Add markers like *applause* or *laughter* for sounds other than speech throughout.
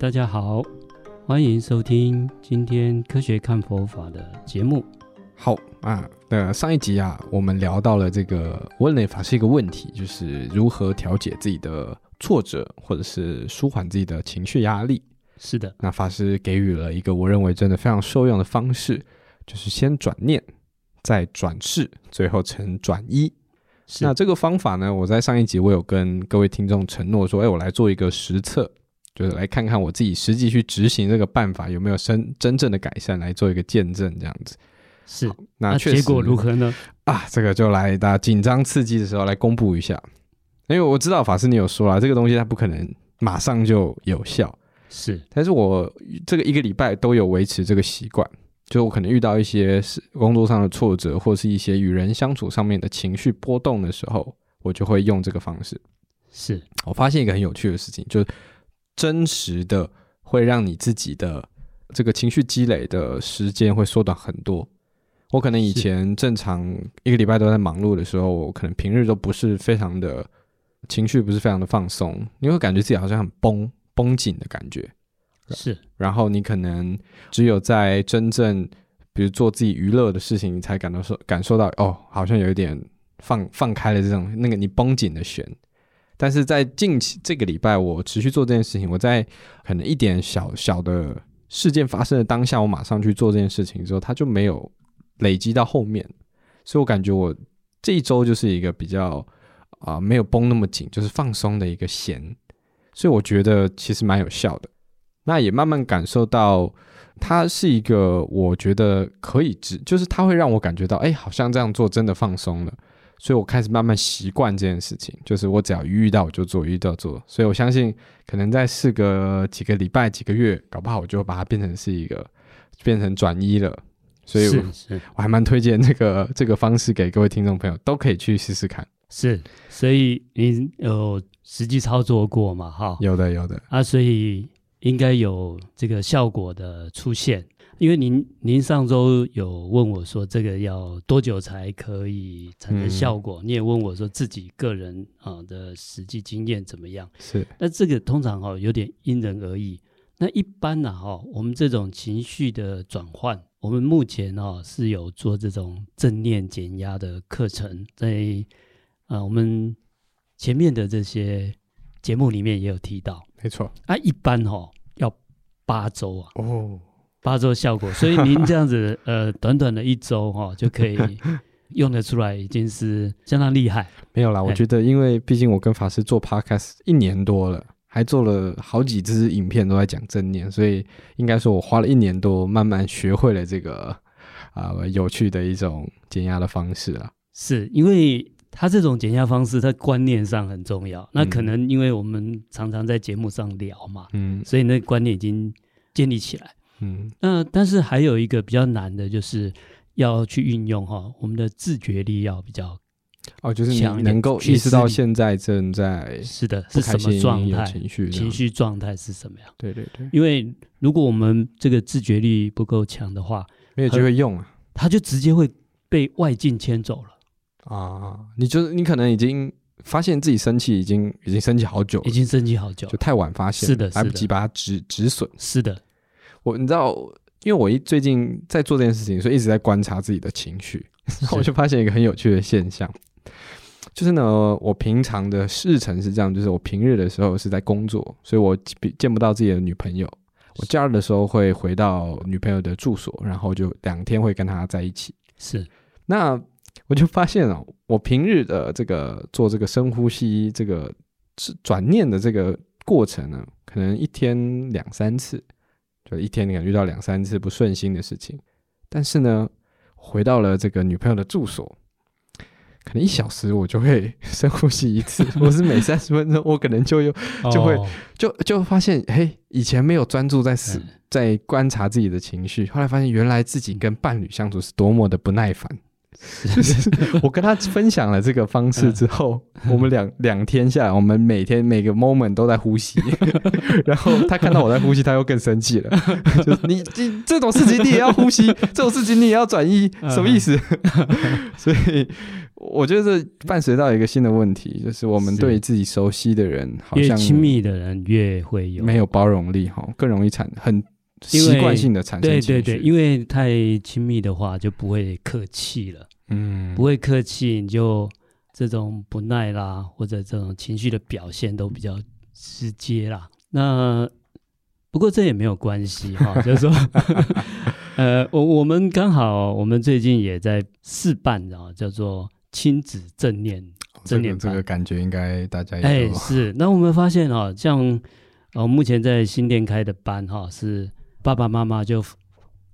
大家好，欢迎收听今天《科学看佛法》的节目。好啊，那上一集啊，我们聊到了这个问类法是一个问题，就是如何调节自己的挫折，或者是舒缓自己的情绪压力。是的，那法师给予了一个我认为真的非常受用的方式，就是先转念，再转世，最后成转一。是那这个方法呢，我在上一集我有跟各位听众承诺说，哎，我来做一个实测，就是来看看我自己实际去执行这个办法有没有真真正的改善，来做一个见证这样子。是。那确实，结果如何呢？啊，这个就来大家紧张刺激的时候来公布一下，因为我知道法师你有说了，这个东西它不可能马上就有效，是但是我这个一个礼拜都有维持这个习惯，就我可能遇到一些是工作上的挫折，或是一些与人相处上面的情绪波动的时候，我就会用这个方式。是我发现一个很有趣的事情，就是真实的会让你自己的这个情绪积累的时间会缩短很多。我可能以是前正常一个礼拜都在忙碌的时候，我可能平日都不是非常的情绪，不是非常的放松，你会感觉自己好像很绷绷紧的感觉。是然后你可能只有在真正比如做自己娱乐的事情，你才感到受感受到哦，好像有一点放放开了这种那个你绷紧的弦。但是在近期这个礼拜，我持续做这件事情，我在可能一点小小的事件发生的当下，我马上去做这件事情之后，它就没有累积到后面，所以我感觉我这一周就是一个比较啊、没有绷那么紧，就是放松的一个弦，所以我觉得其实蛮有效的。那也慢慢感受到，它是一个我觉得可以治，就是它会让我感觉到，哎，好像这样做真的放松了。所以我开始慢慢习惯这件事情，就是我只要一遇到我就做，一遇到做。所以我相信，可能在事隔几个礼拜、几个月，搞不好我就把它变成是一个变成转一了。所以我是是我还蛮推荐这个这个方式给各位听众朋友，都可以去试试看。是，所以你有实际操作过嘛？哈，有的，有的，啊，所以应该有这个效果的出现。因为您您上周有问我说这个要多久才可以产生嗯效果，你也问我说自己个人啊、的实际经验怎么样？是那这个通常哦有点因人而异。那一般呢、哈、我们这种情绪的转换，我们目前哦是有做这种正念减压的课程，在呃我们前面的这些节目里面也有提到。没错。啊，一般哦要八周啊，哦，八周效果，所以您这样子呃，短短的一周哈、哦、就可以用得出来，已经是相当厉害。没有啦，我哎觉得因为毕竟我跟法师做 podcast 一年多了，还做了好几支影片都在讲正念，所以应该说我花了一年多慢慢学会了这个啊、有趣的一种减压的方式啦。是因为他这种减压方式，他观念上很重要。那可能因为我们常常在节目上聊嘛，嗯所以那个观念已经建立起来。嗯，那但是还有一个比较难的，就是要去运用哈、我们的自觉力要比较。哦，就是你强烈能够觉意识知到力现在正在是的，不是开什么心、状有态？情绪、情，绪状态是什么样？对对对，因为如果我们这个自觉力不够强的话，没有机会用啊。它就直接会被外境牵走了，啊，你就是你可能已经发现自己生气，已经已经生气好久了已，经升级好久就了。太晚发现了，是的来不是的及把它止止损。是的，我你知道，因为我一最近在做这件事情，所以一直在观察自己的情绪，然 *laughs* 后我是就发现一个很有趣的现象，就是呢，我平常的日程是这样，就是我平日的时候是在工作，所以我比见不到自己的女朋友。我假日的时候会回到女朋友的住所，然后就两天会跟她在一起。是那我就发现哦，我平日的这个做这个深呼吸、这个是转念的这个过程呢，可能一天两三次，就一天你可能遇到两三次不顺心的事情。但是呢，回到了这个女朋友的住所，可能一小时我就会 *laughs* 深呼吸一次，我是每三十分钟，我可能就又就会哦就就发现，嘿，以前没有专注在思嗯 *laughs* 在观察自己的情绪，后来发现原来自己跟伴侣相处是多么的不耐烦。我跟他分享了这个方式之后，嗯我们两两天下来，我们每天每个 moment 都在 *laughs* 呼吸，然后他看到我在呼吸，他又更生气了，就是你你这种事情你也要呼吸， *laughs* 这种事情你也要转移，嗯什么意思？所以我觉得这伴随到一个新的问题，就是我们是对自己熟悉的人好越像亲密的人越会有没有包容力哈，更容易产很因为习惯性的产生对情对对，绪，因为太亲密的话就不会客气了，嗯不会客气你就这种不耐啦，或者这种情绪的表现都比较直接啦。那不过这也没有关系 *laughs* 哈，就是说， *laughs* 呃，我我们刚好我们最近也在试办啊，叫做亲子正念这正个念这班个感觉应该大家也哎，都是。那我们发现哦，像呃，目前在新店开的班哈、是爸爸妈妈就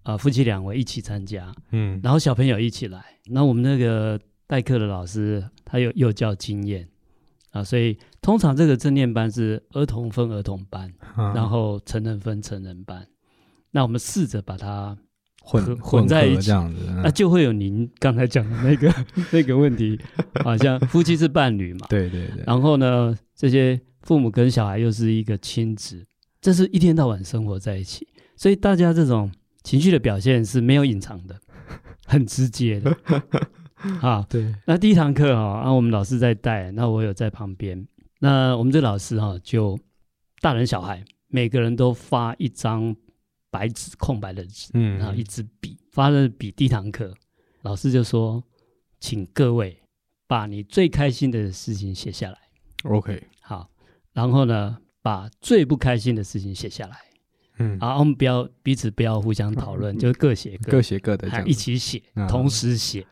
呃夫妻两位一起参加，嗯然后小朋友一起来。那我们那个代课的老师他有幼教经验啊，所以通常这个正念班是儿童分儿童班，啊然后成人分成人班。那我们试着把它混混混在一合起这样子，嗯那就会有您刚才讲的那个 *laughs* 那个问题，好像夫妻是伴侣嘛，对对对，然后呢，这些父母跟小孩又是一个亲子，这是一天到晚生活在一起，所以大家这种情绪的表现是没有隐藏的， *laughs* 很直接 *laughs* 的。啊，对，那第一堂课哈、啊，我们老师在带，那我有在旁边。那我们这老师哈、就大人小孩每个人都发一张白纸，空白的纸，嗯然后一支笔，发了笔第一堂课，老师就说，请各位把你最开心的事情写下来。 OK，好，然后呢，把最不开心的事情写下来。嗯，啊，我们不要彼此不要互相讨论，就各写各，各写各的这啊样一起写，啊同时写。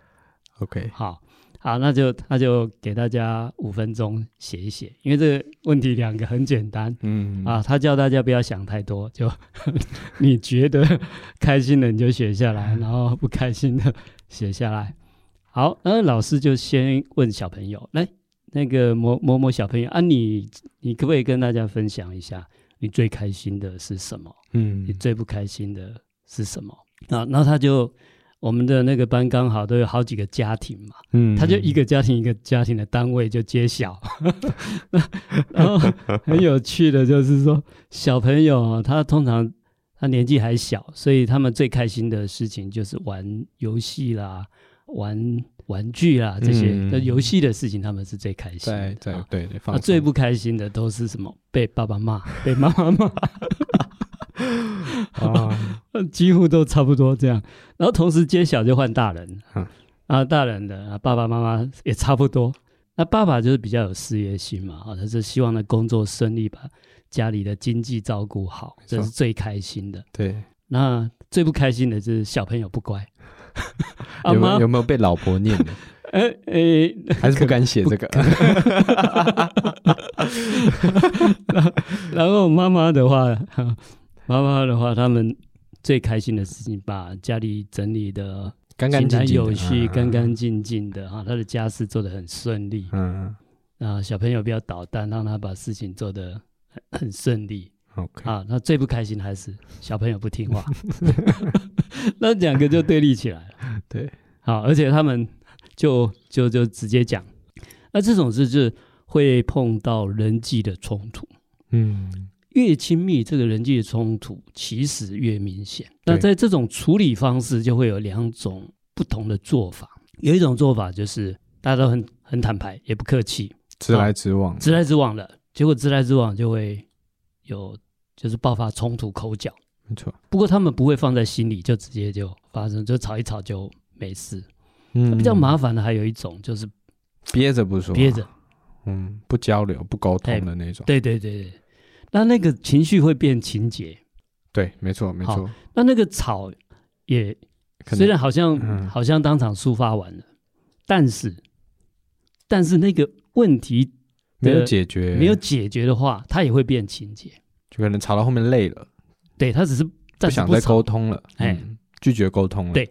，OK，好，好，那就那就给大家五分钟写一写，因为这个问题两个很简单。嗯啊，他叫大家不要想太多，就 *laughs* 你觉得开心的你就写下来，然后不开心的写下来。好，那老师就先问小朋友，来，那个某某某小朋友啊你，你可不可以跟大家分享一下，你最开心的是什么？你嗯最不开心的是什么？啊，然后他就我们的那个班刚好都有好几个家庭嘛，嗯他就一个个家庭一个家庭的单位就揭晓， *laughs* 然后很有趣的就是说，小朋友啊他通常他年纪还小，所以他们最开心的事情就是玩游戏啦、玩玩具啦这些，嗯那游戏的事情他们是最开心在的。在啊对对啊放最松不开心的都是什么？被爸爸骂，被妈妈骂。啊， *laughs* 几乎都差不多这样。然后同时揭晓就换大人嗯，啊，大人的啊，爸爸妈妈也差不多。那爸爸就是比较有事业心嘛，啊，他是希望的工作顺利，把家里的经济照顾好，错这是最开心的。对，那最不开心的就是小朋友不乖， *laughs* 啊 *laughs* 有没妈有，有没有被老婆念 *laughs* 的？呃呃，还是不敢写这个？然后妈妈的话， *laughs* 哈妈妈的话，他们最开心的事情，把家里整理的 *laughs* 干干井净然净的，有序、嗯干干净净的哈、他的家事做得很顺利嗯啊，小朋友不要捣蛋，让他把事情做得 *coughs* 很很顺利，OK，啊。那最不开心的还是 *laughs* 小朋友不听话， *laughs* 那两个就对立起来了。 *laughs* 对，好，而且他们就就就直接讲，那这种事就是会碰到人际的冲突。嗯越亲密，这个人际的冲突其实越明显。对那在这种处理方式，就会有两种不同的做法。有一种做法就是大家都很很坦白，也不客气，直来直往，直来直往了，结果直来直往就会有就是爆发冲突、口角。没错，不过他们不会放在心里，就直接就发生，就吵一吵就没事。嗯比较麻烦的还有一种就是憋着不说，啊憋着，，嗯，不交流、不沟通的那种，对对对对，那那个情绪会变情节，对，没错没好错，那那个吵也可虽能然好像、嗯好像当场抒发完了，但是但是那个问题没有的解决，没有解决的话，它也会变情节。就可能吵到后面累了，对，它只是不暂时想不再吵，沟通了，哎嗯，拒绝沟通了，对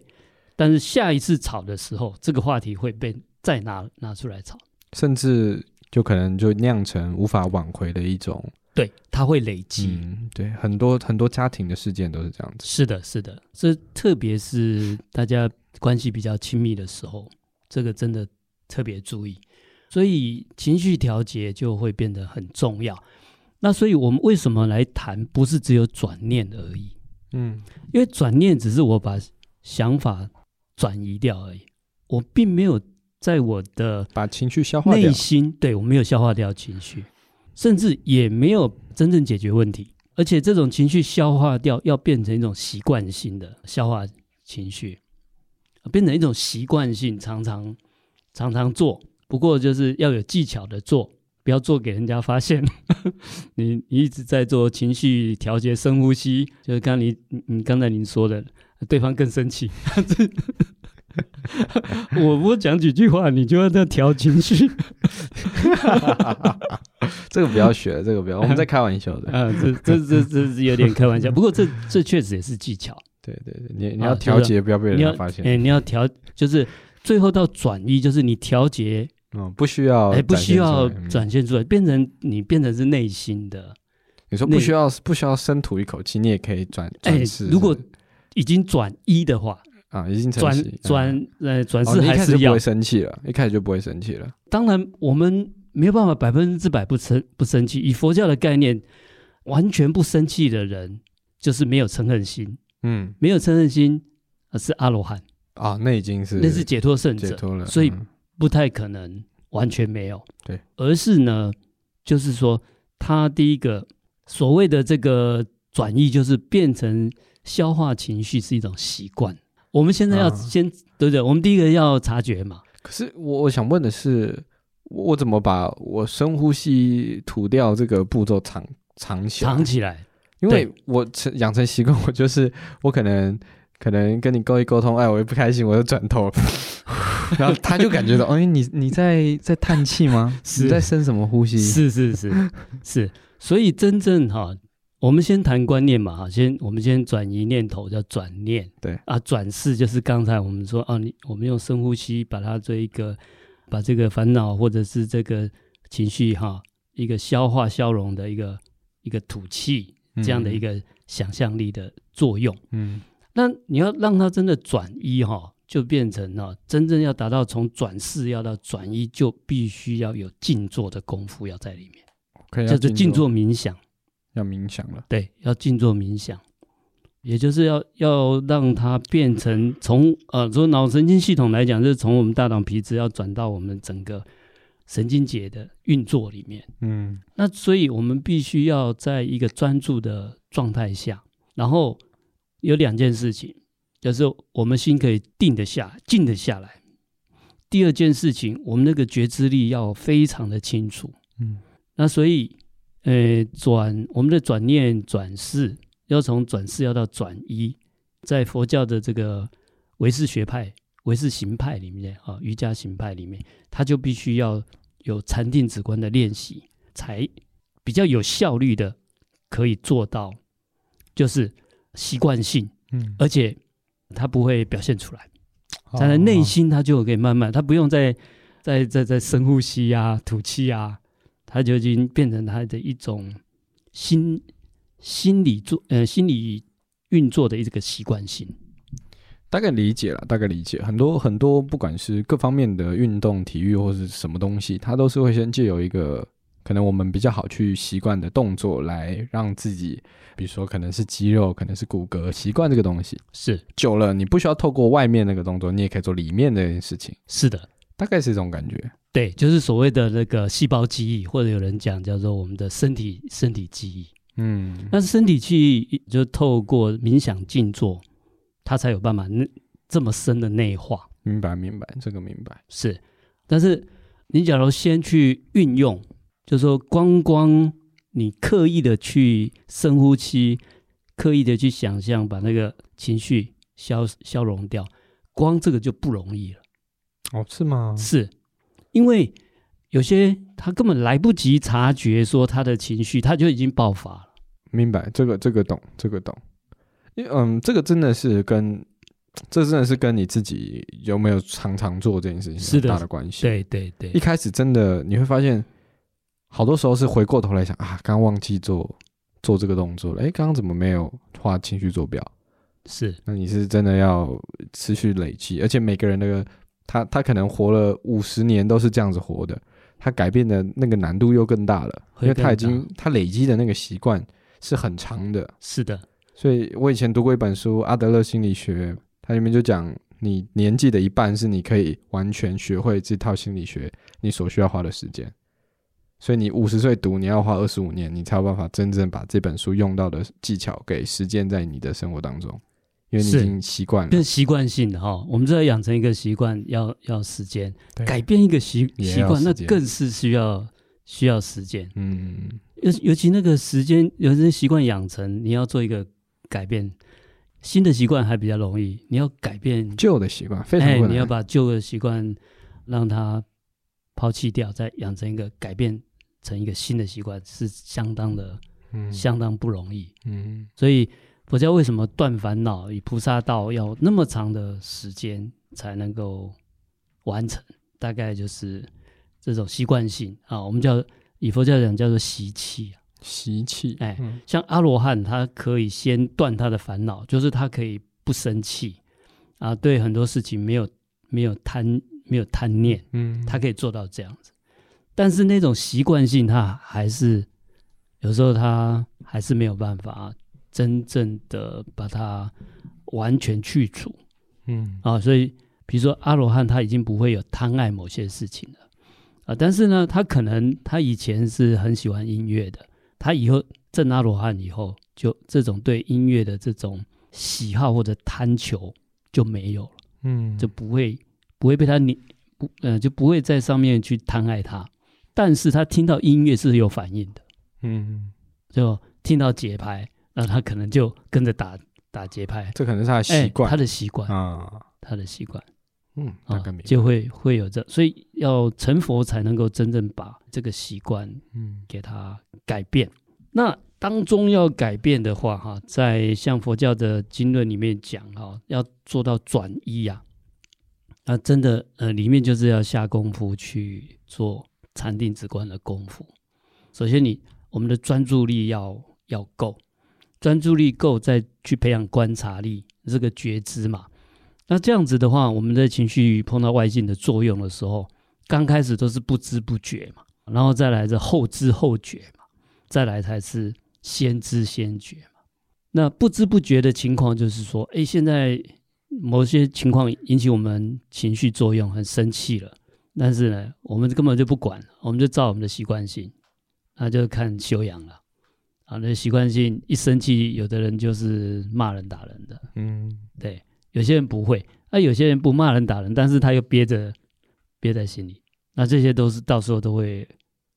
但是下一次吵的时候，这个话题会被再拿拿出来吵。甚至就可能就酿成无法挽回的一种，对，它会累积。嗯，对，很多很多家庭的事件都是这样子，是的，是的，这特别是大家关系比较亲密的时候，这个真的特别注意。所以情绪调节就会变得很重要。那所以我们为什么来谈，不是只有转念而已？嗯因为转念只是我把想法转移掉而已，我并没有在我的把情绪消化掉内，心，对我没有消化掉情绪，甚至也没有真正解决问题。而且这种情绪消化掉，要变成一种习惯性的消化情绪，呃变成一种习惯性，常常常常做。不过就是要有技巧的做，不要做给人家发现。 *laughs* 你你一直在做情绪调节、深呼吸，就是刚你你你刚才您说的，对方更生气。 *laughs* 这我不讲几句话，你就要在调情绪。 *laughs* 这个不 *laughs* 要学，这个不要，我们在开玩笑的。啊，这这这这是有点开玩笑， *laughs* 不过这这确实也是技巧。对对对，你你啊要调就是节，不要被人你要家发哎、现。你要调，就是最后到转移，就是你调节，嗯，不需要哎、展现出来，不需要嗯展现出来，变成你变成是内心的。你说那不需要不需要深吐一口气，你也可以转哎、转世。如果已经转一的话，啊，已经成转型嗯转呃转哦世你一还开始是就不要。会生气了，一开始就不会生气了。当然，我们没有办法百分之百不生不生气。以佛教的概念，完全不生气的人就是没有嗔恨心，嗯，没有嗔恨心呃是阿罗汉，啊，那已经是那是解脱圣解者。脱了，所以嗯不太可能完全没有，对，而是呢，就是说，他第一个所谓的这个转移，就是变成消化情绪是一种习惯。我们现在要啊先、对不对？我们第一个要察觉嘛，可是我我想问的是，我我怎么把我深呼吸吐掉这个步骤藏藏起来？藏起来，因为我成养成习惯，我就是我可能可能跟你沟一沟通，哎，我一不开心我就转头， *laughs* 然后他就感 *laughs* 觉到，哎，你你在在叹气吗？是你在深什么呼吸？是是是是。所以真正哈、我们先谈观念嘛，哈，先我们先转移念头，叫转念。对啊，转世就是刚才我们说，哦、你我们用深呼吸把它做一个，把这个烦恼或者是这个情绪哈、一个消化消融的一个一个吐气这样的一个想象力的作用。嗯，那你要让它真的转移哈、就变成了、真正要达到从转世要到转移，就必须要有静坐的功夫要在里面，嗯可以叫要做静坐冥想。要冥想了。对，要静坐冥想，也就是要要让它变成从呃，说脑神经系统来讲，就是从我们大脑皮质要转到我们整个神经节的运作里面。嗯，那所以我们必须要在一个专注的状态下，然后有两件事情，就是我们心可以定得下，静得下来。第二件事情，我们那个觉知力要非常的清楚。嗯，那所以，呃，转我们的转念转世，要从转世要到转一，在佛教的这个唯识学派、唯识行派里面啊，瑜伽行派里面，它就必须要有禅定止观的练习，才比较有效率的可以做到，就是习惯性，嗯，而且它不会表现出来。哦他的内心他就可以慢慢，他不用再再再再深呼吸啊、吐气啊，他就已经变成他的一种心心理做呃心理运作的一个习惯性。大概理解了，大概理解。很多很多，不管是各方面的运动、体育或是什么东西，它都是会先借由一个可能我们比较好去习惯的动作来让自己，比如说可能是肌肉，可能是骨骼，习惯这个东西。是久了，你不需要透过外面那个动作，你也可以做里面的事情，是的，大概是这种感觉。对，就是所谓的那个细胞记忆，或者有人讲叫做我们的身体身体记忆。嗯，那身体记忆就透过冥想静坐，它才有办法那这么深的内化。明白明白，这个明白。是，但是你假如先去运用，就说光光你刻意的去深呼吸，刻意的去想象把那个情绪消消融掉，光这个就不容易了。哦，是吗是因为有些他根本来不及察觉说他的情绪，他就已经爆发了。明白，这个这个懂，这个懂。因为嗯，这个真的是跟这真的是跟你自己有没有常常做这件事是情的有很大的关系。，对对对一，开始真的你会发现，好多时候是回过头来想啊，刚忘记做做这个动作了，诶，刚刚怎么没有画情绪坐标？是那你是真的要持续累积，而且每个人那个他他可能活了五十年都是这样子活的，他改变的那个难度又更大了，会因为他已更大经他累积的那个习惯是很长的。是的，所以我以前读过一本书《阿德勒心理学》，它里面就讲，你年纪的一半是你可以完全学会这套心理学你所需要花的时间。所以你五十岁读，你要花二十五年，你才有办法真正把这本书用到的技巧给实践在你的生活当中，因为你已是经习惯了变。习惯性的哈、我们这要养成一个习惯要要时间，对改变一个习也要习惯，那时间更是需要需要时间。嗯，尤尤其那个时间，有些习惯养成，你要做一个改变，新的习惯还比较容易，你要改变，旧的习惯非常哎，困你要难。把旧的习惯让它抛弃掉，再养成一个改变成一个新的习惯，是相当的、嗯相当不容易。嗯所以佛教为什么断烦恼以菩萨道要那么长的时间才能够完成？大概就是这种习惯性啊，我们叫以佛教讲叫做习气啊。习气。哎嗯像阿罗汉，他可以先断他的烦恼，就是他可以不生气啊，对很多事情没有没有贪没有贪念，嗯，他可以做到这样子。但是那种习惯性，他还是有时候他还是没有办法真正的把它完全去除嗯啊。所以，比如说阿罗汉，他已经不会有贪爱某些事情了啊。但是呢，他可能他以前是很喜欢音乐的，他以后正阿罗汉以后，就这种对音乐的这种喜好或者贪求就没有了。嗯就不会不会被他你不呃就不会在上面去贪爱他，但是他听到音乐是有反应的，嗯，就听到节拍，那他可能就跟着打打节拍，这可能是他的习哎他惯的习惯，啊。他的习惯嗯，大啊概明白。就会会有这，所以要成佛才能够真正把这个习惯嗯给它改变。那当中要改变的话，哈，在像佛教的经论里面讲，哈，要做到转移呀、啊，那真的，呃，里面就是要下功夫去做禅定止观的功夫。首先你，我们的专注力要要够，专注力够，再去培养观察力，这个觉知嘛。那这样子的话，我们的情绪碰到外境的作用的时候，刚开始都是不知不觉嘛。然后再来这后知后觉嘛，再来才是先知先觉嘛。那不知不觉的情况就是说，哎，现在某些情况引起我们情绪作用，很生气了，但是呢，我们根本就不管，我们就照我们的习惯性，那就看修养了。啊，那习惯性一生气，有的人就是骂人打人的，嗯对，有些人不会，那、有些人不骂人打人，但是他又憋着憋在心里，那这些都是到时候都会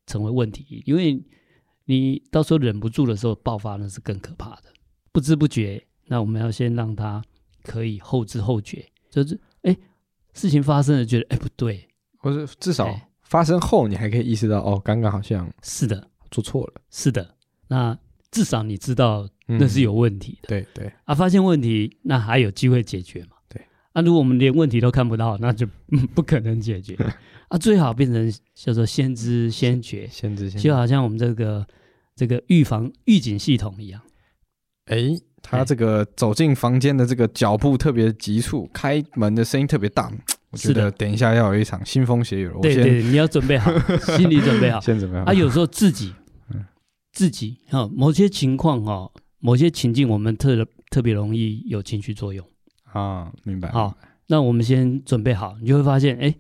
成为问题，因为你到时候忍不住的时候爆发，那是更可怕的。不知不觉，那我们要先让他可以后知后觉，就是哎，事情发生了，觉得哎不对，或者至少哎发生后，你还可以意识到，哦，刚刚好像是的，做错了，是的，那至少你知道嗯那是有问题的。对对，啊，发现问题，那还有机会解决嘛？对。啊，如果我们连问题都看不到，那就、 *laughs* 嗯、不可能解 *laughs* 决。啊，最好变成叫做先知先觉，先知先就好像我们这个这个预防预警系统一样。哎，他哎这个走进房间的这个脚步特别急促，开门的声音特别大，我觉是的得等一下要有一场腥风血雨了，我对先对，你要准备 *laughs* 好，心理准备好。先怎么样？啊，有时候自己嗯自己啊、某些情况哈、哦，某些情境我们特特别容易有情绪作用。啊，明白，好，那我们先准备好，你就会发现，哎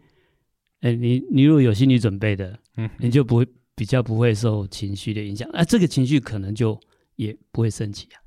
哎，你你如果有心理准备的，嗯，你就不会比较不会受情绪的影响。啊，这个情绪可能就也不会升起啊，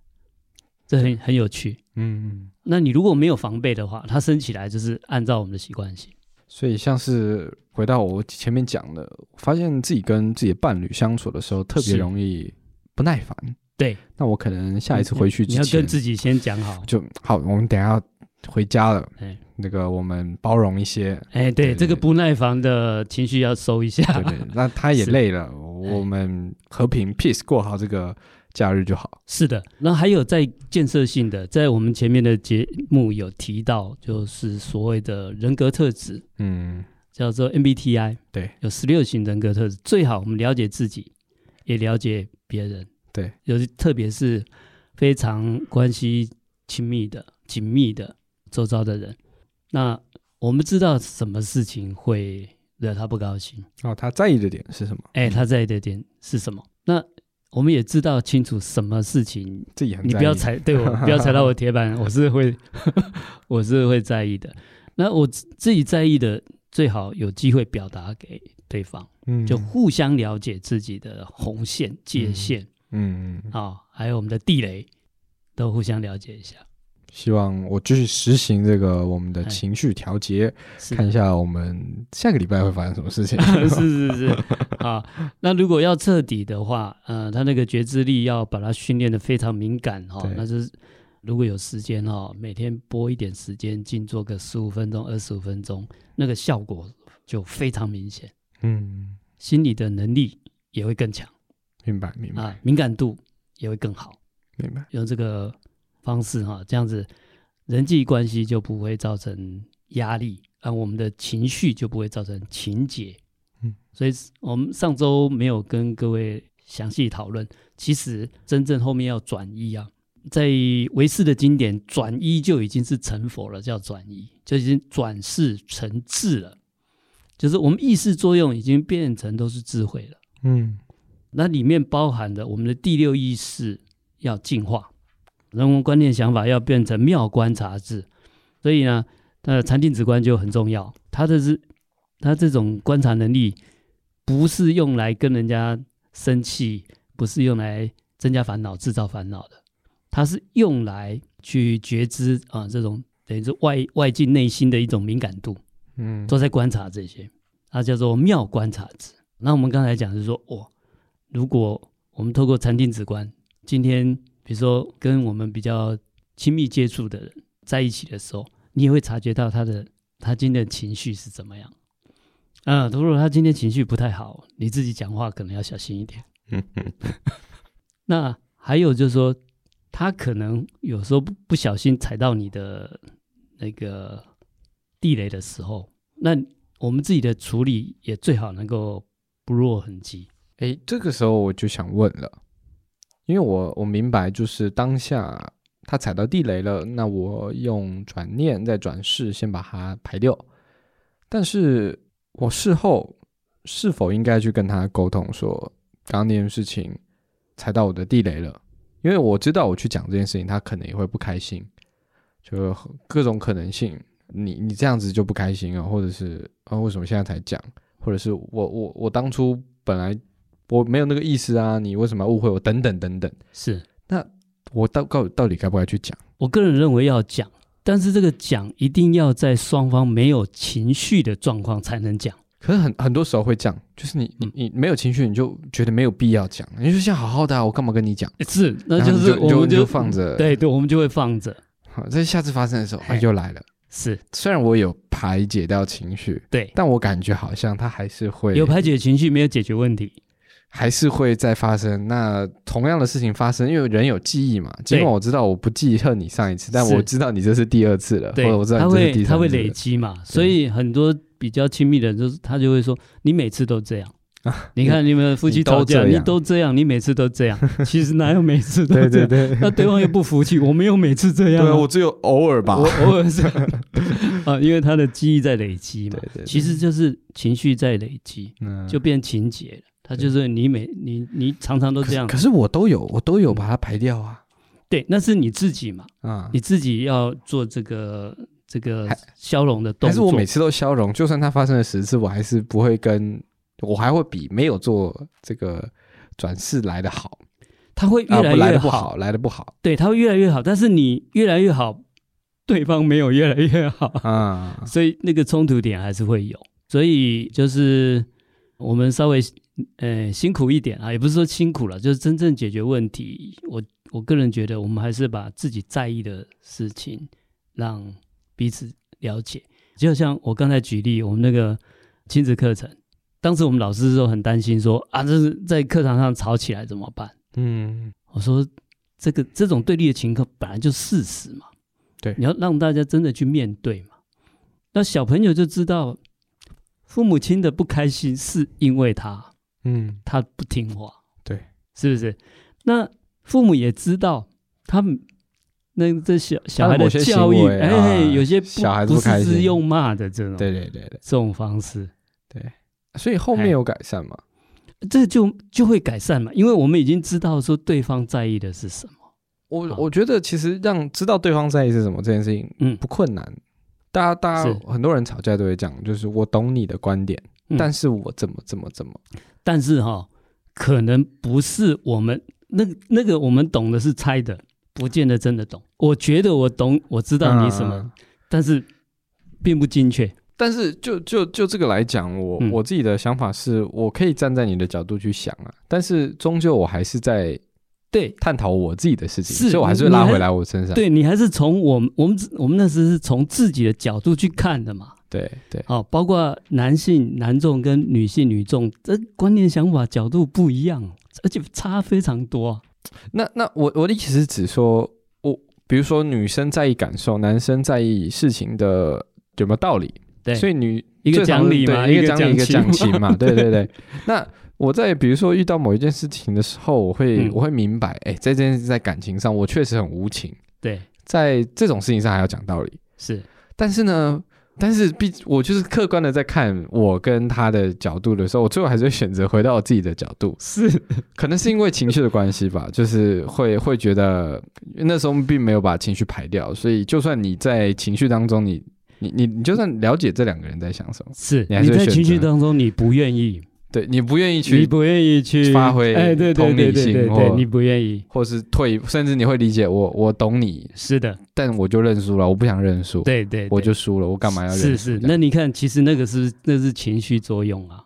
这很很有趣。嗯，那你如果没有防备的话，它升起来就是按照我们的习惯性。所以像是回到我前面讲的，我发现自己跟自己的伴侣相处的时候，特别是容易不耐烦。对，那我可能下一次回去你之要前跟，自己先讲好。就好，我们等一下回家了哎，那个我们包容 *laughs* 一些，哎，对对，这个对不耐烦的情绪要收一下。对对，那他也是哎累了，我们和平 peace 过好这个假日就好。 *laughs* 是的，那还有在建设性的，在我们前面的节目有提到，就是所谓的人格特质，嗯，叫做 MBTI，对，有十六型人格特质。最好我们了解自己，也了解别人，对，尤其特别是非常关系亲密的、紧密的周遭的人。那我们知道什么事情会惹他不高兴，哦，他在意的点是什么？哎，他在意的点是什么？那我们也知道清楚什么事情自己很你在不要意踩对我，不要踩到我铁板，我是会， *laughs* 我是会在意的。那我自自己在意的，最好有机会表达给对方，嗯就互相了解自己的红线、界限嗯，嗯啊、还有我们的地雷，都互相了解一下。希望我继续实行这个我们的哎嗯情绪调节，是看一下我们下个礼拜会发生什么事 *laughs* 情。是是是啊，那如果要彻底的话，呃，他那个觉知力要把它训练的非常敏感哦对，那就是如果有时间哦，每天拨一点时间静坐个十五分钟、二十五分钟，那个效果就非常明显，嗯，心理的能力也会更强明白，明白啊，，敏感度也会更好，明白。用这个方式哈、这样子人际关系就不会造成压力，而我们的情绪就不会造成情结。嗯，所以我们上周没有跟各位详细讨论，其实真正后面要转移啊，在唯识的经典，转移就已经是成佛了，叫转移，就已经转世成智了，就是我们意识作用已经变成都是智慧了。嗯那里面包含的我们的第六意识要进化，人文观念想法要变成妙观察智，所以呢，呃，禅定止观就很重要。他的是他这种观察能力，不是用来跟人家生气，不是用来增加烦恼、制造烦恼的，它是用来去觉知啊、这种等于是外外境内心的一种敏感度。嗯，都在观察这些，它叫做妙观察值。那我们刚才讲是说，哦，如果我们透过禅定止观，今天比如说跟我们比较亲密接触的人在一起的时候，你也会察觉到他的他今天的情绪是怎么样。嗯，如果他今天情绪不太好，你自己讲话可能要小心一点。那还有就是说，他可能有时候不不小心踩到你的那个地雷的时候，那我们自己的处理也最好能够不落痕迹。哎，这个时候我就想问了，因为我我明白，就是当下他踩到地雷了，那我用转念再转世，先把它排掉。但是我事后是否应该去跟他沟通说，刚刚那件事情踩到我的地雷了？因为我知道我去讲这件事情，他可能也会不开心，就各种可能性。你你这样子就不开心啊、或者是啊、为什么现在才讲，或者是我我我当初本来我没有那个意思啊，你为什么要误会我？等等等等，是我到到到底该不该去讲？我个人认为要讲，但是这个讲一定要在双方没有情绪的状况才能讲。可是很很多时候会这样，就是你你嗯你没有情绪，你就觉得没有必要讲，你就想好好的、啊，我干嘛跟你讲？是，嗯那然后就你是你我们你就放着，，对对，我们就会放着。好，在下次发生的时候、啊、嘿又来了。是虽然我有排解掉情绪，对，但我感觉好像他还是会有排解情绪，没有解决问题。还是会再发生。那同样的事情发生，因为人有记忆嘛。尽管我知道我不记恨你上一次，但是我知道你这是第二次了，或对者我，知道他你这是会第他三会次累了。积嘛，所以很多比较亲密的人，就是他就会说，你每次都这 *laughs* 样。你看你们夫你妻都吵架，这你样都这样，你每次都这样，其实哪有每次都这 *laughs* 对样？对对，那对方又不服气，我们又每次这样、对啊，*laughs* 啊，我只有偶尔吧。我偶尔是 *laughs* 啊，因为他的记忆在累积嘛对，对对，其实就是情绪在累积，嗯就变情节了。他对就是你每你你常常都可是这样嗯可，是我都有，我都有把它排掉啊对，那是你自己嘛，啊！你自己要做这个这个还消融的动但是我作每。次都消融，就算它发生了十次，我还是不会跟，我还会比没有做这个转世来的好，他会越啊，来不来越的不好，来的不好对，他会越来越好。但是你越来越好，对方没有越来越好，啊。所以那个冲突点还是会有。所以就是我们稍微呃辛苦一点啊，也不是说辛苦了，就是真正解决问题。我我个人觉得，我们还是把自己在意的事情让彼此了解。就像我刚才举例，我们那个亲子课程，当时我们老师都很担心说啊，这是在课堂上吵起来怎么办？嗯，我说这个这种对立的情况本来就事实嘛，对你要让大家真的去面对嘛。那小朋友就知道父母亲的不开心是因为他嗯，他不听话，对，是不是？那父母也知道他们那这小小孩某的些教行育，为哎、啊有些不小孩子不不开是只心用骂的这种对对对对，这种方式，所以后面哎有改善嘛？这就就会改善嘛，因为我们已经知道说对方在意的是什么。我好我觉得其实让知道对方在意是什么这件事情，嗯不困难。大家大家是很多人吵架都会讲，就是我懂你的观点，嗯但是我怎么怎么怎么，但是哈、可能不是我们那那个我们懂的是猜的，不见得真的懂。我觉得我懂，我知知道你什嗯么，但是并不精确。但是就就就这个来讲，我、嗯我自己的想法是，我可以站在你的角度去想啊，但是终究我还是在对探讨我自己的事情，是所以我还是会你拉还回来我身上。对你还是从我们我们只我们那时是从自己的角度去看的嘛。对对哦，包括男性男众跟女性女众，这观念、想法、角度不一样，而且差非常多啊。那那我我的意思是指说，我比如说女生在意感受，男生在意事情的有没有道理，对，所以以女一个最常讲理对嘛，一个个讲理，一个讲情 *laughs* 情嘛，对对对。那我在比如说遇到某一件事情的时候，我会、嗯我会明白，哎、这件事在感情上我确实很无情，对，在这种事情上还要讲道理。是但是呢，但是毕我就是客观的在看我跟他的角度的时候，我最后还是会选择回到我自己的角度。是，可能是因为情绪的关系吧， *laughs* 就是会会觉得那时候并没有把情绪排掉，所以就算你在情绪当中你，你你你就算了解这两个人在想什么，是你还你是会在选情绪择当中，你不愿意，对你不愿意你去，不愿意去发挥哎，对对同对理对心对对，或你不愿意，或是退，甚至你会理解我，我懂你，是的，但我就认输了，我不想认输，对对，我对就输了，我干嘛要认输这是样？是，那你看，其实那个是那是情绪作用啊，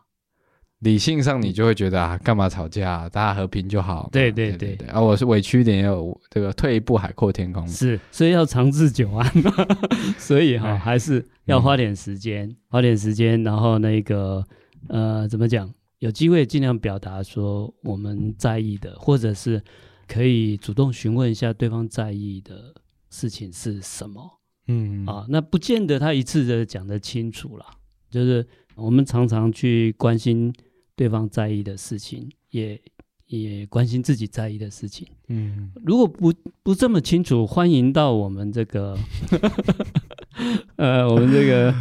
理性上你就会觉得啊，干嘛吵架、大家和平就好嘛。对对对对对，啊，我是委屈一点，也有这个退一步海阔天空嘛。是，所以要长治久安， *laughs* 所以哈、哎嗯还是要花点时间，花点时间，然后那个呃，怎么讲？有机会尽量表达说我们在意的，或者是可以主动询问一下对方在意的事情是什么。嗯啊，那不见得他一次的讲得清楚啦。就是我们常常去关心对方在意的事情，也也关心自己在意的事情。嗯，如果不不这么清楚，欢迎到我们这个 *laughs* 呃，我们这个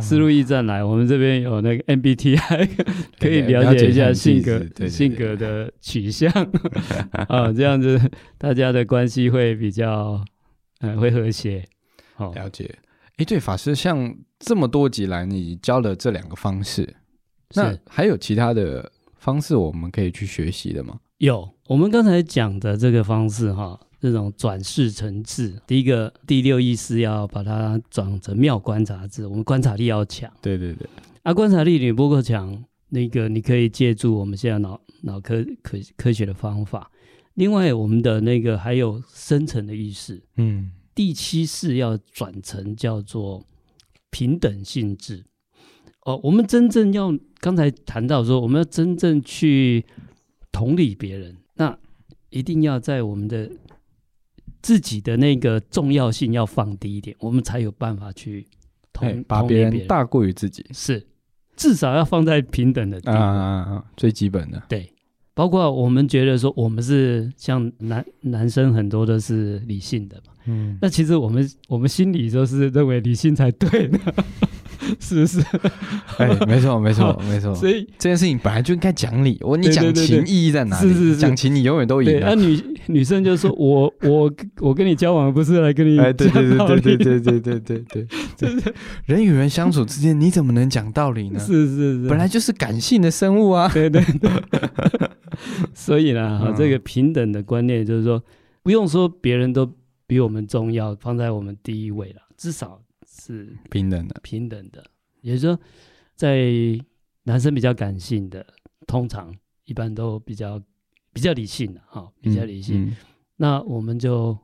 *laughs* 思路驿站来，我们这边有那个 MBTI *laughs* 可以对了解一下你自己性格对对对性格的取向啊，这样子大家的关系会比较呃会和谐。好、了解。诶，对，法师，像这么多集来，你教了这两个方式，那是还有其他的方式我们可以去学习的吗？有，我们刚才讲的这个方式哈，这种转世成智，第一个第六意识要把它转成妙观察智，我们观察力要强对对对，啊，观察力你不够强，那个你可以借助我们现在脑脑科科科学的方法，另外我们的那个还有深层的意识，嗯第七式要转成叫做平等性质。哦，我们真正要刚才谈到说，我们要真正去同理别人，那一定要在我们的自己的那个重要性要放低一点，我们才有办法去同、哎同，把理别别人大过于自己是至少要放在平等的地啊位。啊，啊最基本的，对，包括我们觉得说我们是像男男生很多都是理性的嘛，嗯，那其实我们我们心里就是认为理性才对的， *laughs* 是不是？哎，没错没错没错，所以这件事情本来就应该讲理。我你对讲对对情对意义在哪是里？是是讲情你永远都对，赢那、啊。女女生就说我我我跟你交往不是来跟你哎，对对讲道对理对对对对对对对对，人与人相处之间，你怎么能讲道 *laughs* 理 *laughs* 呢？是是是，本来就是感性的生物啊。对对对， *laughs* 所以呢，哈嗯这个平等的观念就是说，不用说别人都比我们重要，放在我们第一位了，至少是平等的，平等的，也就是说，在男生比较感性的，通常一般都比较比较理性的哈、比较理性。嗯。嗯那我们就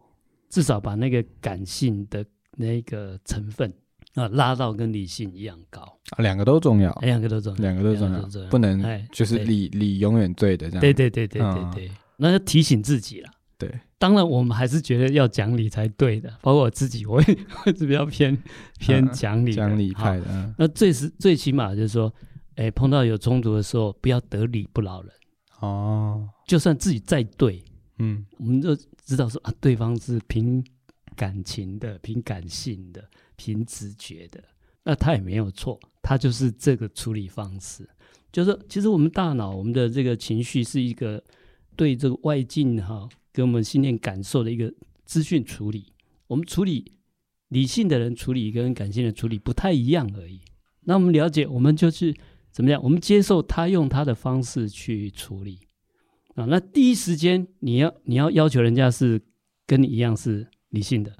至少把那个感性的那个成分啊拉到跟理性一样高，啊两个都重要，哎两个都重要。两个都重两个要都重要，不哎能就是对理理永远对的这样。对对对对嗯对对，那要提醒自己了。对，当然我们还是觉得要讲理才对的，包括我自己，我也 *laughs* 我是比较偏偏嗯讲理的讲理好派的，嗯那最是最起码就是说，哎，碰到有冲突的时候，不要得理不饶人。哦，就算自己再对，嗯我们就知道说啊，对方是凭感情的、凭感性的、凭直觉的，那他也没有错，他就是这个处理方式。就是说其实我们大脑，我们的这个情绪是一个对这个外境哈、给我们心念感受的一个资讯处理。我们处理理性的人处理跟感性的处理不太一样而已。那我们了解，我们就是怎么样？我们接受他用他的方式去处理啊。那第一时间你要你要要求人家是跟你一样是理性的，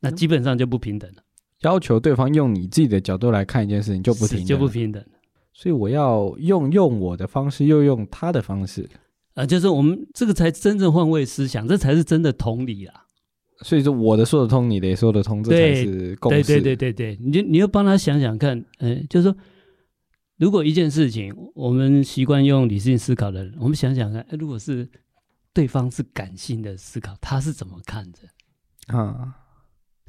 那嗯基本上就不平等了，要求对方用你自己的角度来看一件事情就不是停，就不，平等了。所以我要用用我的方式，又用他的方式，啊，就是我们这个才真正换位思想，这才是真的同理啦。所以说我的说得通，你的也说得通，这才对是共对识。对对对对，你就你就帮他想想看，嗯、就是说，如果一件事情我们习惯用理性思考的人，我们想想看，哎，如果是对方是感性的思考，他是怎么看的？啊，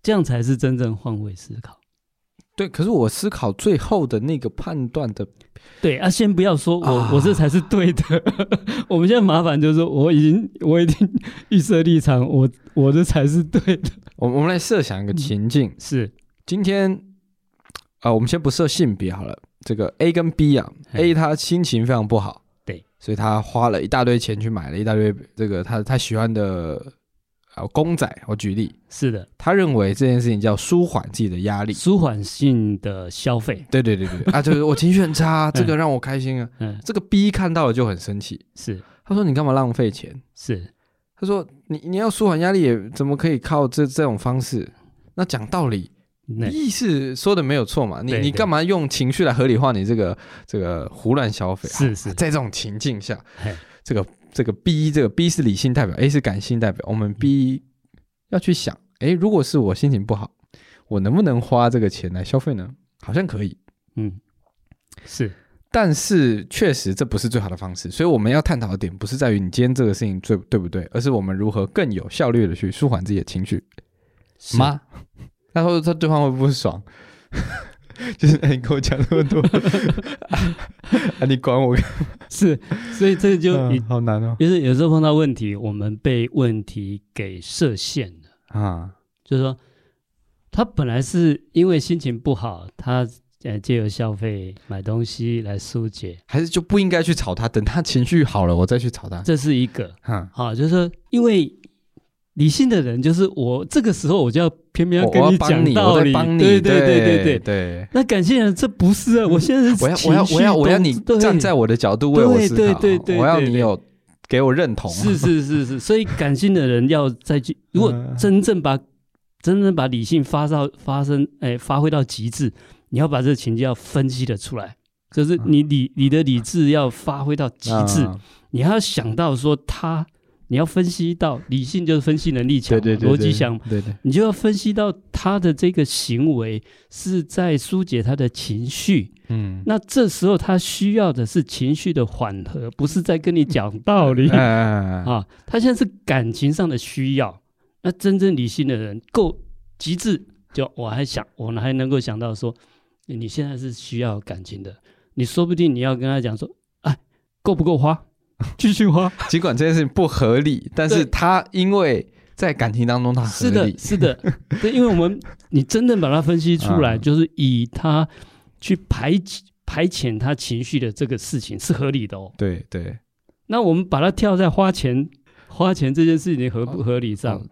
这样才是真正换位思考。对。可是我思考最后的那个判断的，对啊，先不要说我、啊我这才是对的， *laughs* 我们现在麻烦就是说我已经我已经预设立场，我我这才是对的，我我们来设想一个情境， *laughs* 是今天啊、呃我们先不设性别好了。这个 A 跟 B 啊嘿，A 他心情非常不好，对，所以他花了一大堆钱去买了一大堆这个他他喜欢的啊、呃公仔。我举例，是的，他认为这件事情叫舒缓自己的压力。舒缓性的消费，对对对对， *laughs* 啊，就是我情绪很 *laughs* 差，这个让我开心啊。嗯，这个 B 看到了就很生气，是他说：“你干嘛浪费钱是？”他说：“你你要舒缓压力，也怎么可以靠这这种方式？”那讲道理，那意思说的没有错嘛，你对你对干嘛用情绪来合理化你这个这个胡乱消费？啊是是在这种情境下嘿，这个这个 B 这个 B 是理性代表，A 是感性代表，我们 B 要去想，诶，如果是我心情不好，我能不能花这个钱来消费呢？好像可以，嗯，是但是确实这不是最好的方式，所以我们要探讨的点不是在于你今天这个事情对对不对，而是我们如何更有效率的去舒缓自己的情绪。是吗？他说他对方会不会不爽？ *laughs* 就是、哎你跟我讲那么多， *laughs* 啊，你管我干嘛？ *laughs* 是， *laughs* 所以这个就你、嗯好难哦就是有时候碰到问题，我们被问题给设限了，啊！就是说他本来是因为心情不好，他呃借由消费买东西来疏解，还是就不应该去吵他，等他情绪好了，我再去吵他。这是一个哈、好、啊就是说因为。理性的人就是我，这个时候我就要偏偏我要我跟要讲帮你，道我理，在帮你，对对对对对嗯对。那感谢人，这不是啊，我现在是我要我要我要我要你情绪动站对在我的角度为我对思考，对对对我要对你对有给我认同。是是是是，所以感性的人要再 *laughs* 去，如嗯果真正把真正把理性发到发生，哎，发挥到极致，你要把这个情境要分析的出来，嗯就是你理你的理智要发挥到极致，啊你还要想到说他，你要分析到理性就是分析能力强对嘛，对对，逻辑对强，，对对你就要分析到他的这个行为是在疏解他的情绪，嗯。那这时候他需要的是情绪的缓和，不是在跟你讲道理。 *laughs* 哎哎哎 *laughs* 哎啊，他现在是感情上的需要。那真正理性的人够极致，就我还想，我还能够想到说，你现在是需要感情的，你说不定你要跟他讲说，哎，够不够花？继续花。 *laughs* 尽管这件事情不合理，但是对他因为在感情当中他啊合是理的，，是 *laughs* 的，对，因为我们你真正把它分析出来，嗯就是以他去排解排遣他情绪的这个事情是合理的哦。对对，那我们把它跳在花钱花钱这件事情合不合理上嗯，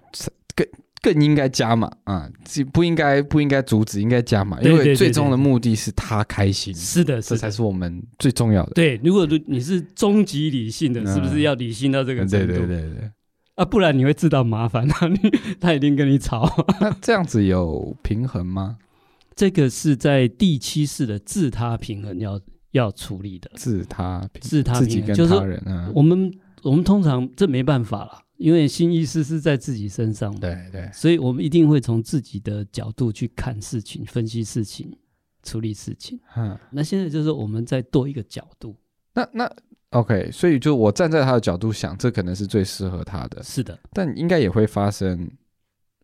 更更应该加码啊，这不应该不应该阻止，应该加码，对对因为对最终的目的是他开心，是的，这是的才。是我们最重要的。对，如果你你是终极理性的，嗯是不是要理性到这个对程对度？对对，啊，不然你会自找麻烦啊！你他一定跟你吵。啊那这样子有平衡吗？ *laughs* 这个是在第七式的自他平衡要要处理的。自他平自他自己平衡跟就是他说人啊，我们我们通常这没办法了，因为新意识是在自己身上嘛，对对，所以我们一定会从自己的角度去看事情、分析事情、处理事情。嗯，那现在就是我们再多一个角度，那那 OK，所以就我站在他的角度想，这可能是最适合他的，是的，但应该也会发生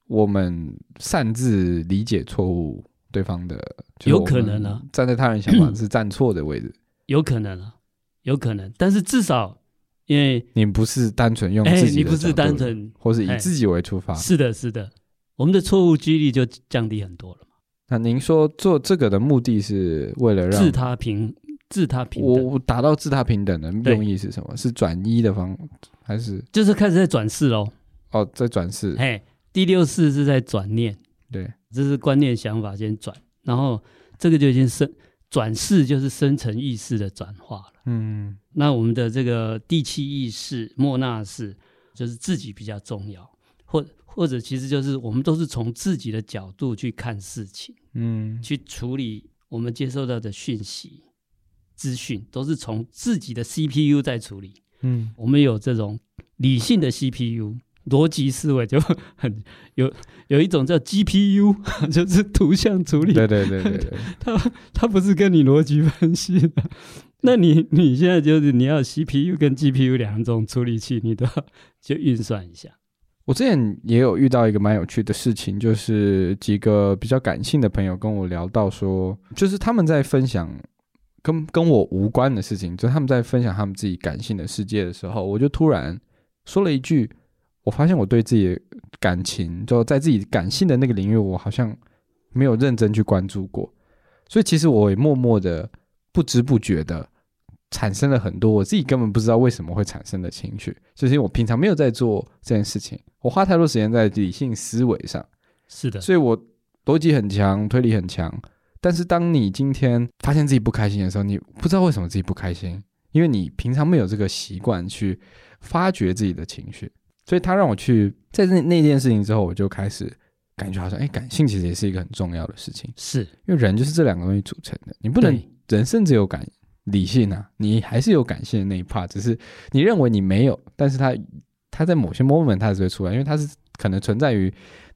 我们擅自理解错误对方的，就是有我可们能啊站在他人想法是站错的位置，有可能啊，有可能，但是至少因为你不是单纯用哎，自己你的不是角度单纯或是以哎自己为出发，是的，是的，我们的错误几率就降低很多了嘛。那您说做这个的目的是为了让自他平自他平我等，我达到自他平等的对用意是什么？是转一的方还是就是开始在转世喽。哦在转世？嘿，第六世是在转念，对，这是观念想法先转，然后这个就已经深转世就是深层意识的转化了。嗯那我们的这个第七意识、莫那识，就是自己比较重要，或或者其实就是我们都是从自己的角度去看事情，嗯去处理我们接收到的讯息、资讯，都是从自己的 CPU 在处理。嗯，我们有这种理性的 CPU，逻辑思维就 *laughs* 很有有一种叫 GPU，就是 *laughs* 图像处理，对对对对对，它不是跟你逻辑分析的。那你你现在就是你要 CPU 跟 GPU 两种处理器，你都要去运算一下。我之前也有遇到一个蛮有趣的事情，就是几个比较感性的朋友跟我聊到说，就是他们在分享跟跟我无关的事情，就他们在分享他们自己感性的世界的时候，我就突然说了一句，我发现我对自己的感情，就在自己感性的那个领域，我好像没有认真去关注过，所以其实我也默默的不知不觉的。产生了很多我自己根本不知道为什么会产生的情绪，就是因为我平常没有在做这件事情，我花太多时间在理性思维上，是的，所以我逻辑很强，推理很强。但是当你今天发现自己不开心的时候，你不知道为什么自己不开心，因为你平常没有这个习惯去发掘自己的情绪，所以他让我去在那那件事情之后，我就开始感觉好像，哎，感性其实也是一个很重要的事情，是因为人就是这两个东西组成的，你不能对人甚至有感理性啊，你还是有感性的那一 part，只是你认为你没有，但是它它在某些 moment 它还是会出来，因为它是可能存在于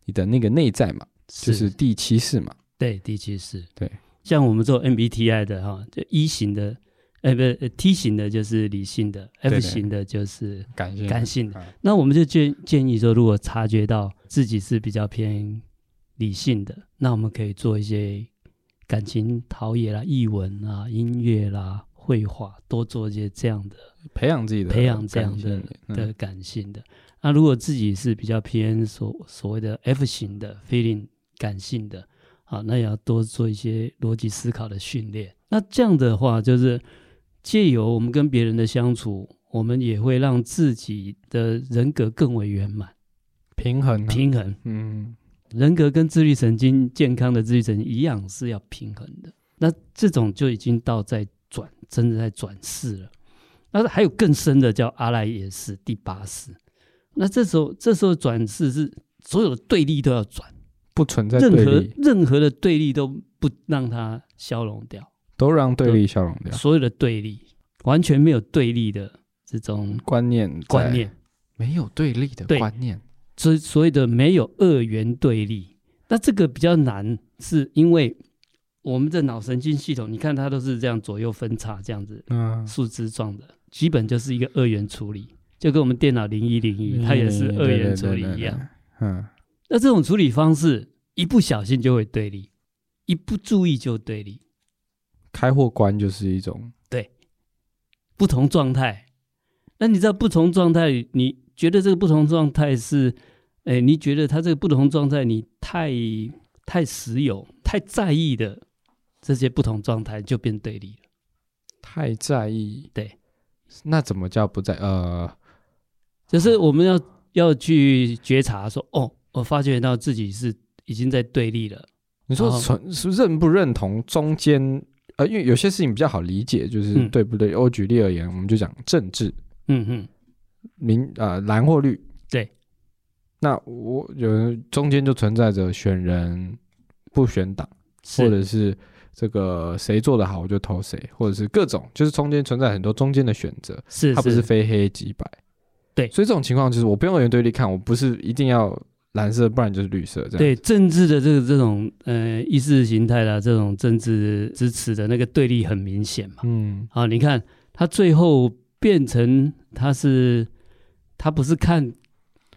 你的那个内在嘛，就是第七世嘛，对，第七是，对，像我们做 MBTI 的哈，就一型的，哎，不是呃 T 型的，就是理性的对；F 对型的，就是感性感性的。啊那我们就建建议说，如果察觉到自己是比较偏理性的，那我们可以做一些感情陶冶啦、艺文啦、音乐啦、绘画，多做一些这样的培养自己的培养这样感的性嗯的感性的。那如果自己是比较偏所所谓的 F 型的 feeling 感性的，啊，那也要多做一些逻辑思考的训练。那这样的话，就是借由我们跟别人的相处，我们也会让自己的人格更为圆满、平衡啊平衡。嗯人格跟自律神经健康的自律神经一样是要平衡的。那这种就已经到在转，真的在转世了。那还有更深的叫阿赖耶识第八识。那这时候这时候转世是所有的对立都要转，不存在任对何立，任何的对立都不让它消融掉，都让对啊立消融掉，所有的对立完全没有对立的这种观念在观念。没有对立的对观念，所所谓的没有二元对立。那这个比较难，是因为我们的脑神经系统，你看它都是这样左右分叉这样子嗯，树枝状的，基本就是一个二元处理，就跟我们电脑零一零一它也是二元处理一样。嗯对，对对对对嗯。那这种处理方式，一不小心就会对立，一不注意就对立，开或关就是一种不同状态。那你知道不同状态，你觉得这个不同状态是，哎，你觉得他这个不同状态，你太太实有、太在意的这些不同状态就变对立了。太在意，对，那怎么叫不在？呃，就是我们要要去觉察说，哦，我发觉到自己是已经在对立了。你说哦存是认不认同中间？呃，因为有些事情比较好理解，就是嗯对不对？我举例而言，我们就讲政治，嗯嗯，明呃蓝或绿，对。那我有人中间就存在着选人不选党，是或者是这个谁做的好我就投谁，或者是各种，就是中间存在很多中间的选择。是它不是非黑即白。对所以这种情况就是我不用二元对立看，我不是一定要蓝色，不然就是绿色这样。对政治的这个这种呃意识形态啦，这种政治支持的那个对立很明显嘛。嗯，啊，你看他最后变成他是他不是看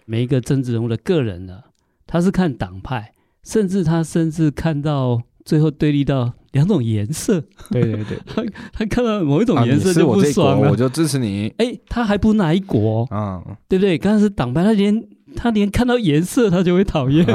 每一个政治人物的个人了，他是看党派，甚至他甚至看到最后对立到两种颜色，对对 *laughs* 对，他看到某一种啊颜你色是就我不这一国，爽了啊我。就支持你。哎、他还不哪一国，嗯，对不对？刚才是党派，他连他连看到颜色他就会讨 *laughs* 厌，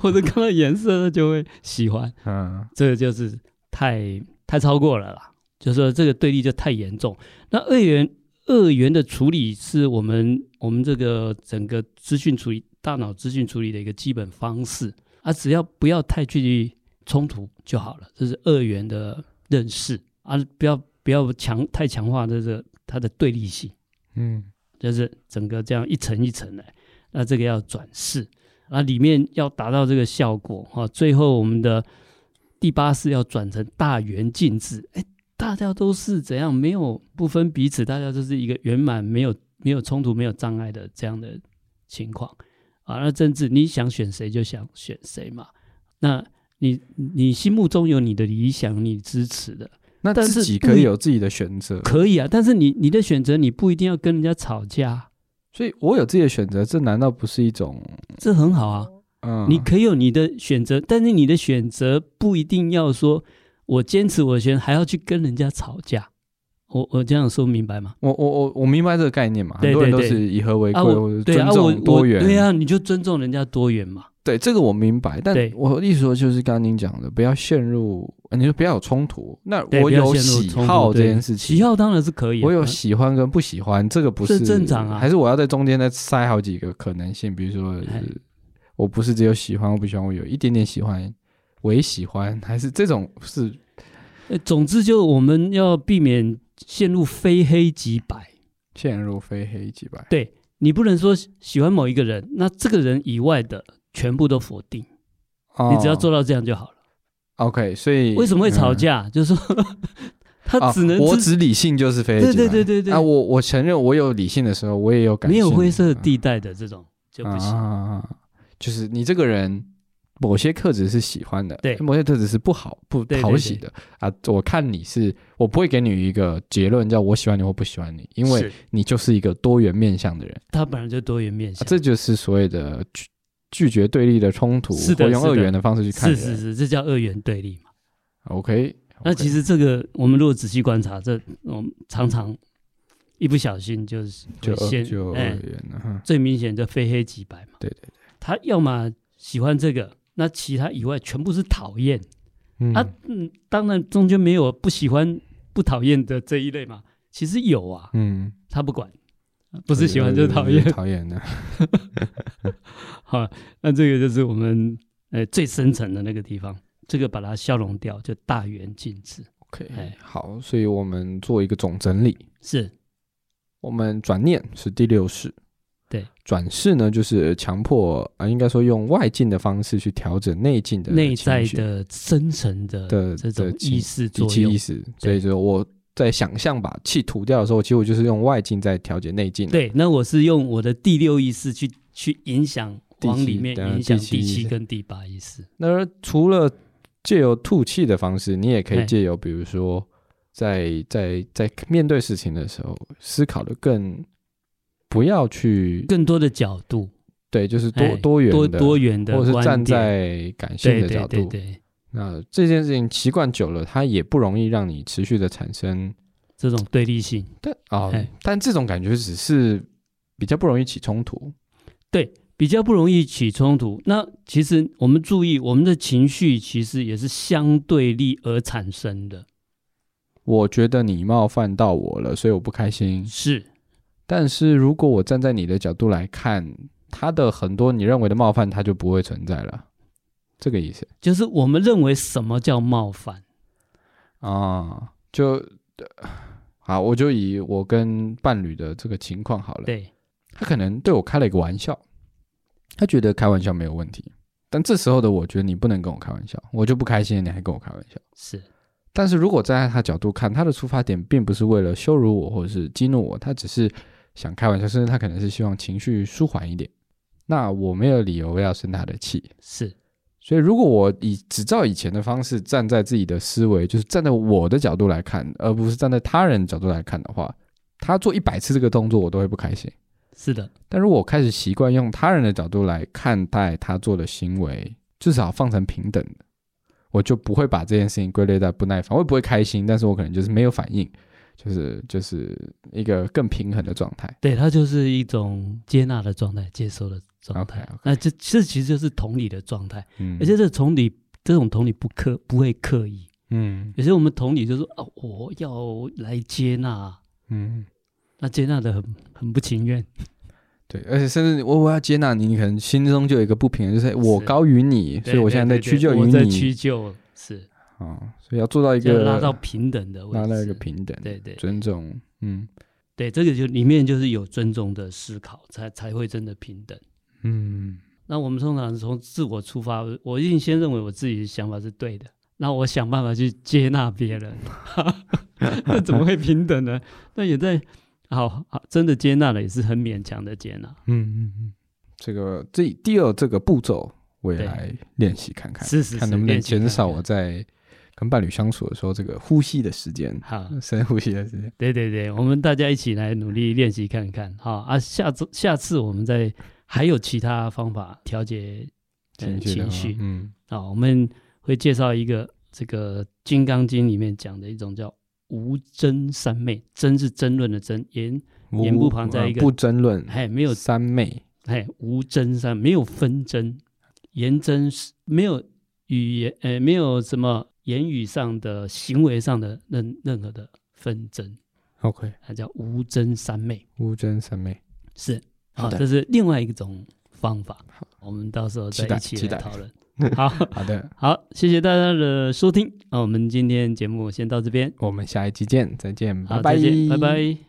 或者看到颜色他就会喜欢，嗯这个就是太太超过了啦，就是说这个对立就太严重。那二元二元的处理是我们我们这个整个资讯处理、大脑资讯处理的一个基本方式啊，只要不要太去冲突就好了，这是二元的认识啊，不要不要强太强化这个它的对立性。嗯就是整个这样一层一层的，那这个要转世，那里面要达到这个效果哈、最后我们的第八世要转成大圆镜智，哎，大家都是怎样没有不分彼此，大家都是一个圆满，没有没有冲突，没有障碍的这样的情况啊。那政治你想选谁就想选谁嘛，那你你心目中有你的理想，你支持的，那但是自己可以有自己的选择，可以啊，但是你你的选择你不一定要跟人家吵架，所以我有自己的选择，这难道不是一种这很好啊。嗯？你可以有你的选择，但是你的选择不一定要说我坚持我的选择，还要去跟人家吵架。我我这样说明白吗？我我我我明白这个概念嘛，对很多人都对对是以和为贵，啊，或者我对啊，尊我重多元，我对啊，你就尊重人家多元嘛。对这个我明白，但对我的意思说就是刚刚您讲的，不要陷入，呃你说不要有冲突。那对，我不要有陷入喜冲突好这对件事情，喜好当然是可以啊、我有喜欢跟不喜欢，这个不这是正常啊还是我要在中间再塞好几个可能性，比如说哎我不是只有喜欢，我不喜欢，我有一点点喜欢，微喜欢，还是这种是呃总之就我们要避免陷入非黑即白。陷入非黑即白。对你不能说喜欢某一个人，那这个人以外的全部都否定，哦你只要做到这样就好了。 OK，所以嗯为什么会吵？架？就是说 *laughs* 他啊只能、我只理性就是非黑即白。对对对对对啊，我我承认我有理性的时候，我也有感性嗯没的有时候，灰色地带的这种就不行。啊，就是你这个人某些特质是喜欢的，对某些特质是不好不对对讨喜的啊。我看你是，我不会给你一个结论叫我喜欢你或不喜欢你，因为是你就是一个多元面向的人，它本来就多元面啊向，这就是所谓的拒拒绝对立的冲突，是的或用是的二元的方式去看是人。是是，这叫二元对立嘛。 OK，那其实实这个我们如果仔细观察，这我们常常一不小心就是就会二先就二哎元啊了哈。最明显就非黑即白嘛。对对对，他要么喜欢这个，那其他以外全部是讨厌、嗯啊。嗯，当然中间没有不喜欢、不讨厌的这一类嘛。其实有啊，嗯，他不管，不是喜欢就是讨厌对对对。讨厌的。好，那这个就是我们呃最深层的那个地方，这个把它消融掉，就大圆镜智。 OK，哎好，所以我们做一个总整理。是我们转念是第六式，对，转世呢就是强迫啊、呃应该说用外境的方式去调整内境的内在情绪的深层的的这种的情意识以作及意用。识，所以说我在想象把气吐掉的时候，其实我就是用外境在调节内境。，对，那我是用我的第六意识去去影响，第往七里面当然影响第七第意七识跟第八意识。那除了借由吐气的方式，你也可以哎借由比如说在在在面对事情的时候，思考的更不要去更多的角度，对，就是多、哎多元多的多元的或者是观站点在感性对的对角度，对对，那这件事情习惯久了，它也不容易让你持续的产生，这种对立性。但啊、哎但这种感觉只是比较不容易起冲突。比较不容易起冲突。那其实我们注意，我们的情绪其实也是相对立而产生的，我觉得你冒犯到我了，所以我不开心。是但是如果我站在你的角度来看，他的很多你认为的冒犯，它就不会存在了，这个意思就是我们认为什么叫冒犯？啊、就呃好，我就以我跟伴侣的这个情况好了。对，他可能对我开了一个玩笑，他觉得开玩笑没有问题，但这时候的我觉得你不能跟我开玩笑，我就不开心了，你还跟我开玩笑。是但是如果站在他角度看，他的出发点并不是为了羞辱我或者是激怒我，他只是想开玩笑，甚至他可能是希望情绪舒缓一点。那我没有理由要生他的气，是所以如果我以只照以前的方式站在自己的思维，就是站在我的角度来看，而不是站在他人角度来看的话，他做一百次这个动作，我都会不开心。是的，但如果我开始习惯用他人的角度来看待他做的行为，至少放成平等的，我就不会把这件事情归类在不耐烦，我也不会开心，但是我可能就是没有反应，就是就是一个更平衡的状态。对，它就是一种接纳的状态，接受的状态。 OK，OK 那这这其实就是同理的状态，嗯，而且这同理这种同理不刻不会刻意，嗯有些我们同理就是说啊，我要来接纳，嗯，那接纳的很很不情愿，对，而且甚至我我要接纳你，你可能心中就有一个不平衡，就是我是高于你，所以我现在在屈就于我在你屈就，是啊、所以要做到一就个拉到平等的位拉置，到一个平等，对对尊重，嗯对，这个就里面就是有尊重的思考，才才会真的平等。嗯那我们通常从自我出发，我一定先认为我自己的想法是对的，那我想办法去接纳别人， *laughs* 那怎么会平等呢？那也在好好真的接纳了，也是很勉强的接纳，嗯嗯嗯，这个这第二这个步骤我也对来练习看看，是是是，看能不能练习看减少啊看我在跟伴侣相处的时候这个呼吸的时间，好。深呼吸的时间。对对对，我们大家一起来努力练习看看哈啊！下周下次我们再还有其他方法调节呃情绪的话情绪嗯，啊，我们会介绍一个这个《金刚经》里面讲的一种叫无争三昧，争是争论的争，言言不无旁在呃一个不争论，哎没有三昧，哎无争三没有纷争，言争是没有语言呃没有什么言语上的行为上的任任何的纷争， OK，它叫无争三昧。无争三昧。是，好好，的这是另外一种方法，我们到时候期再待一起期来待 *laughs* 讨论。好好的，好，谢谢大家的收听，那我们今天节目先到这边，我们下一期见，再见，好，拜再见，拜拜。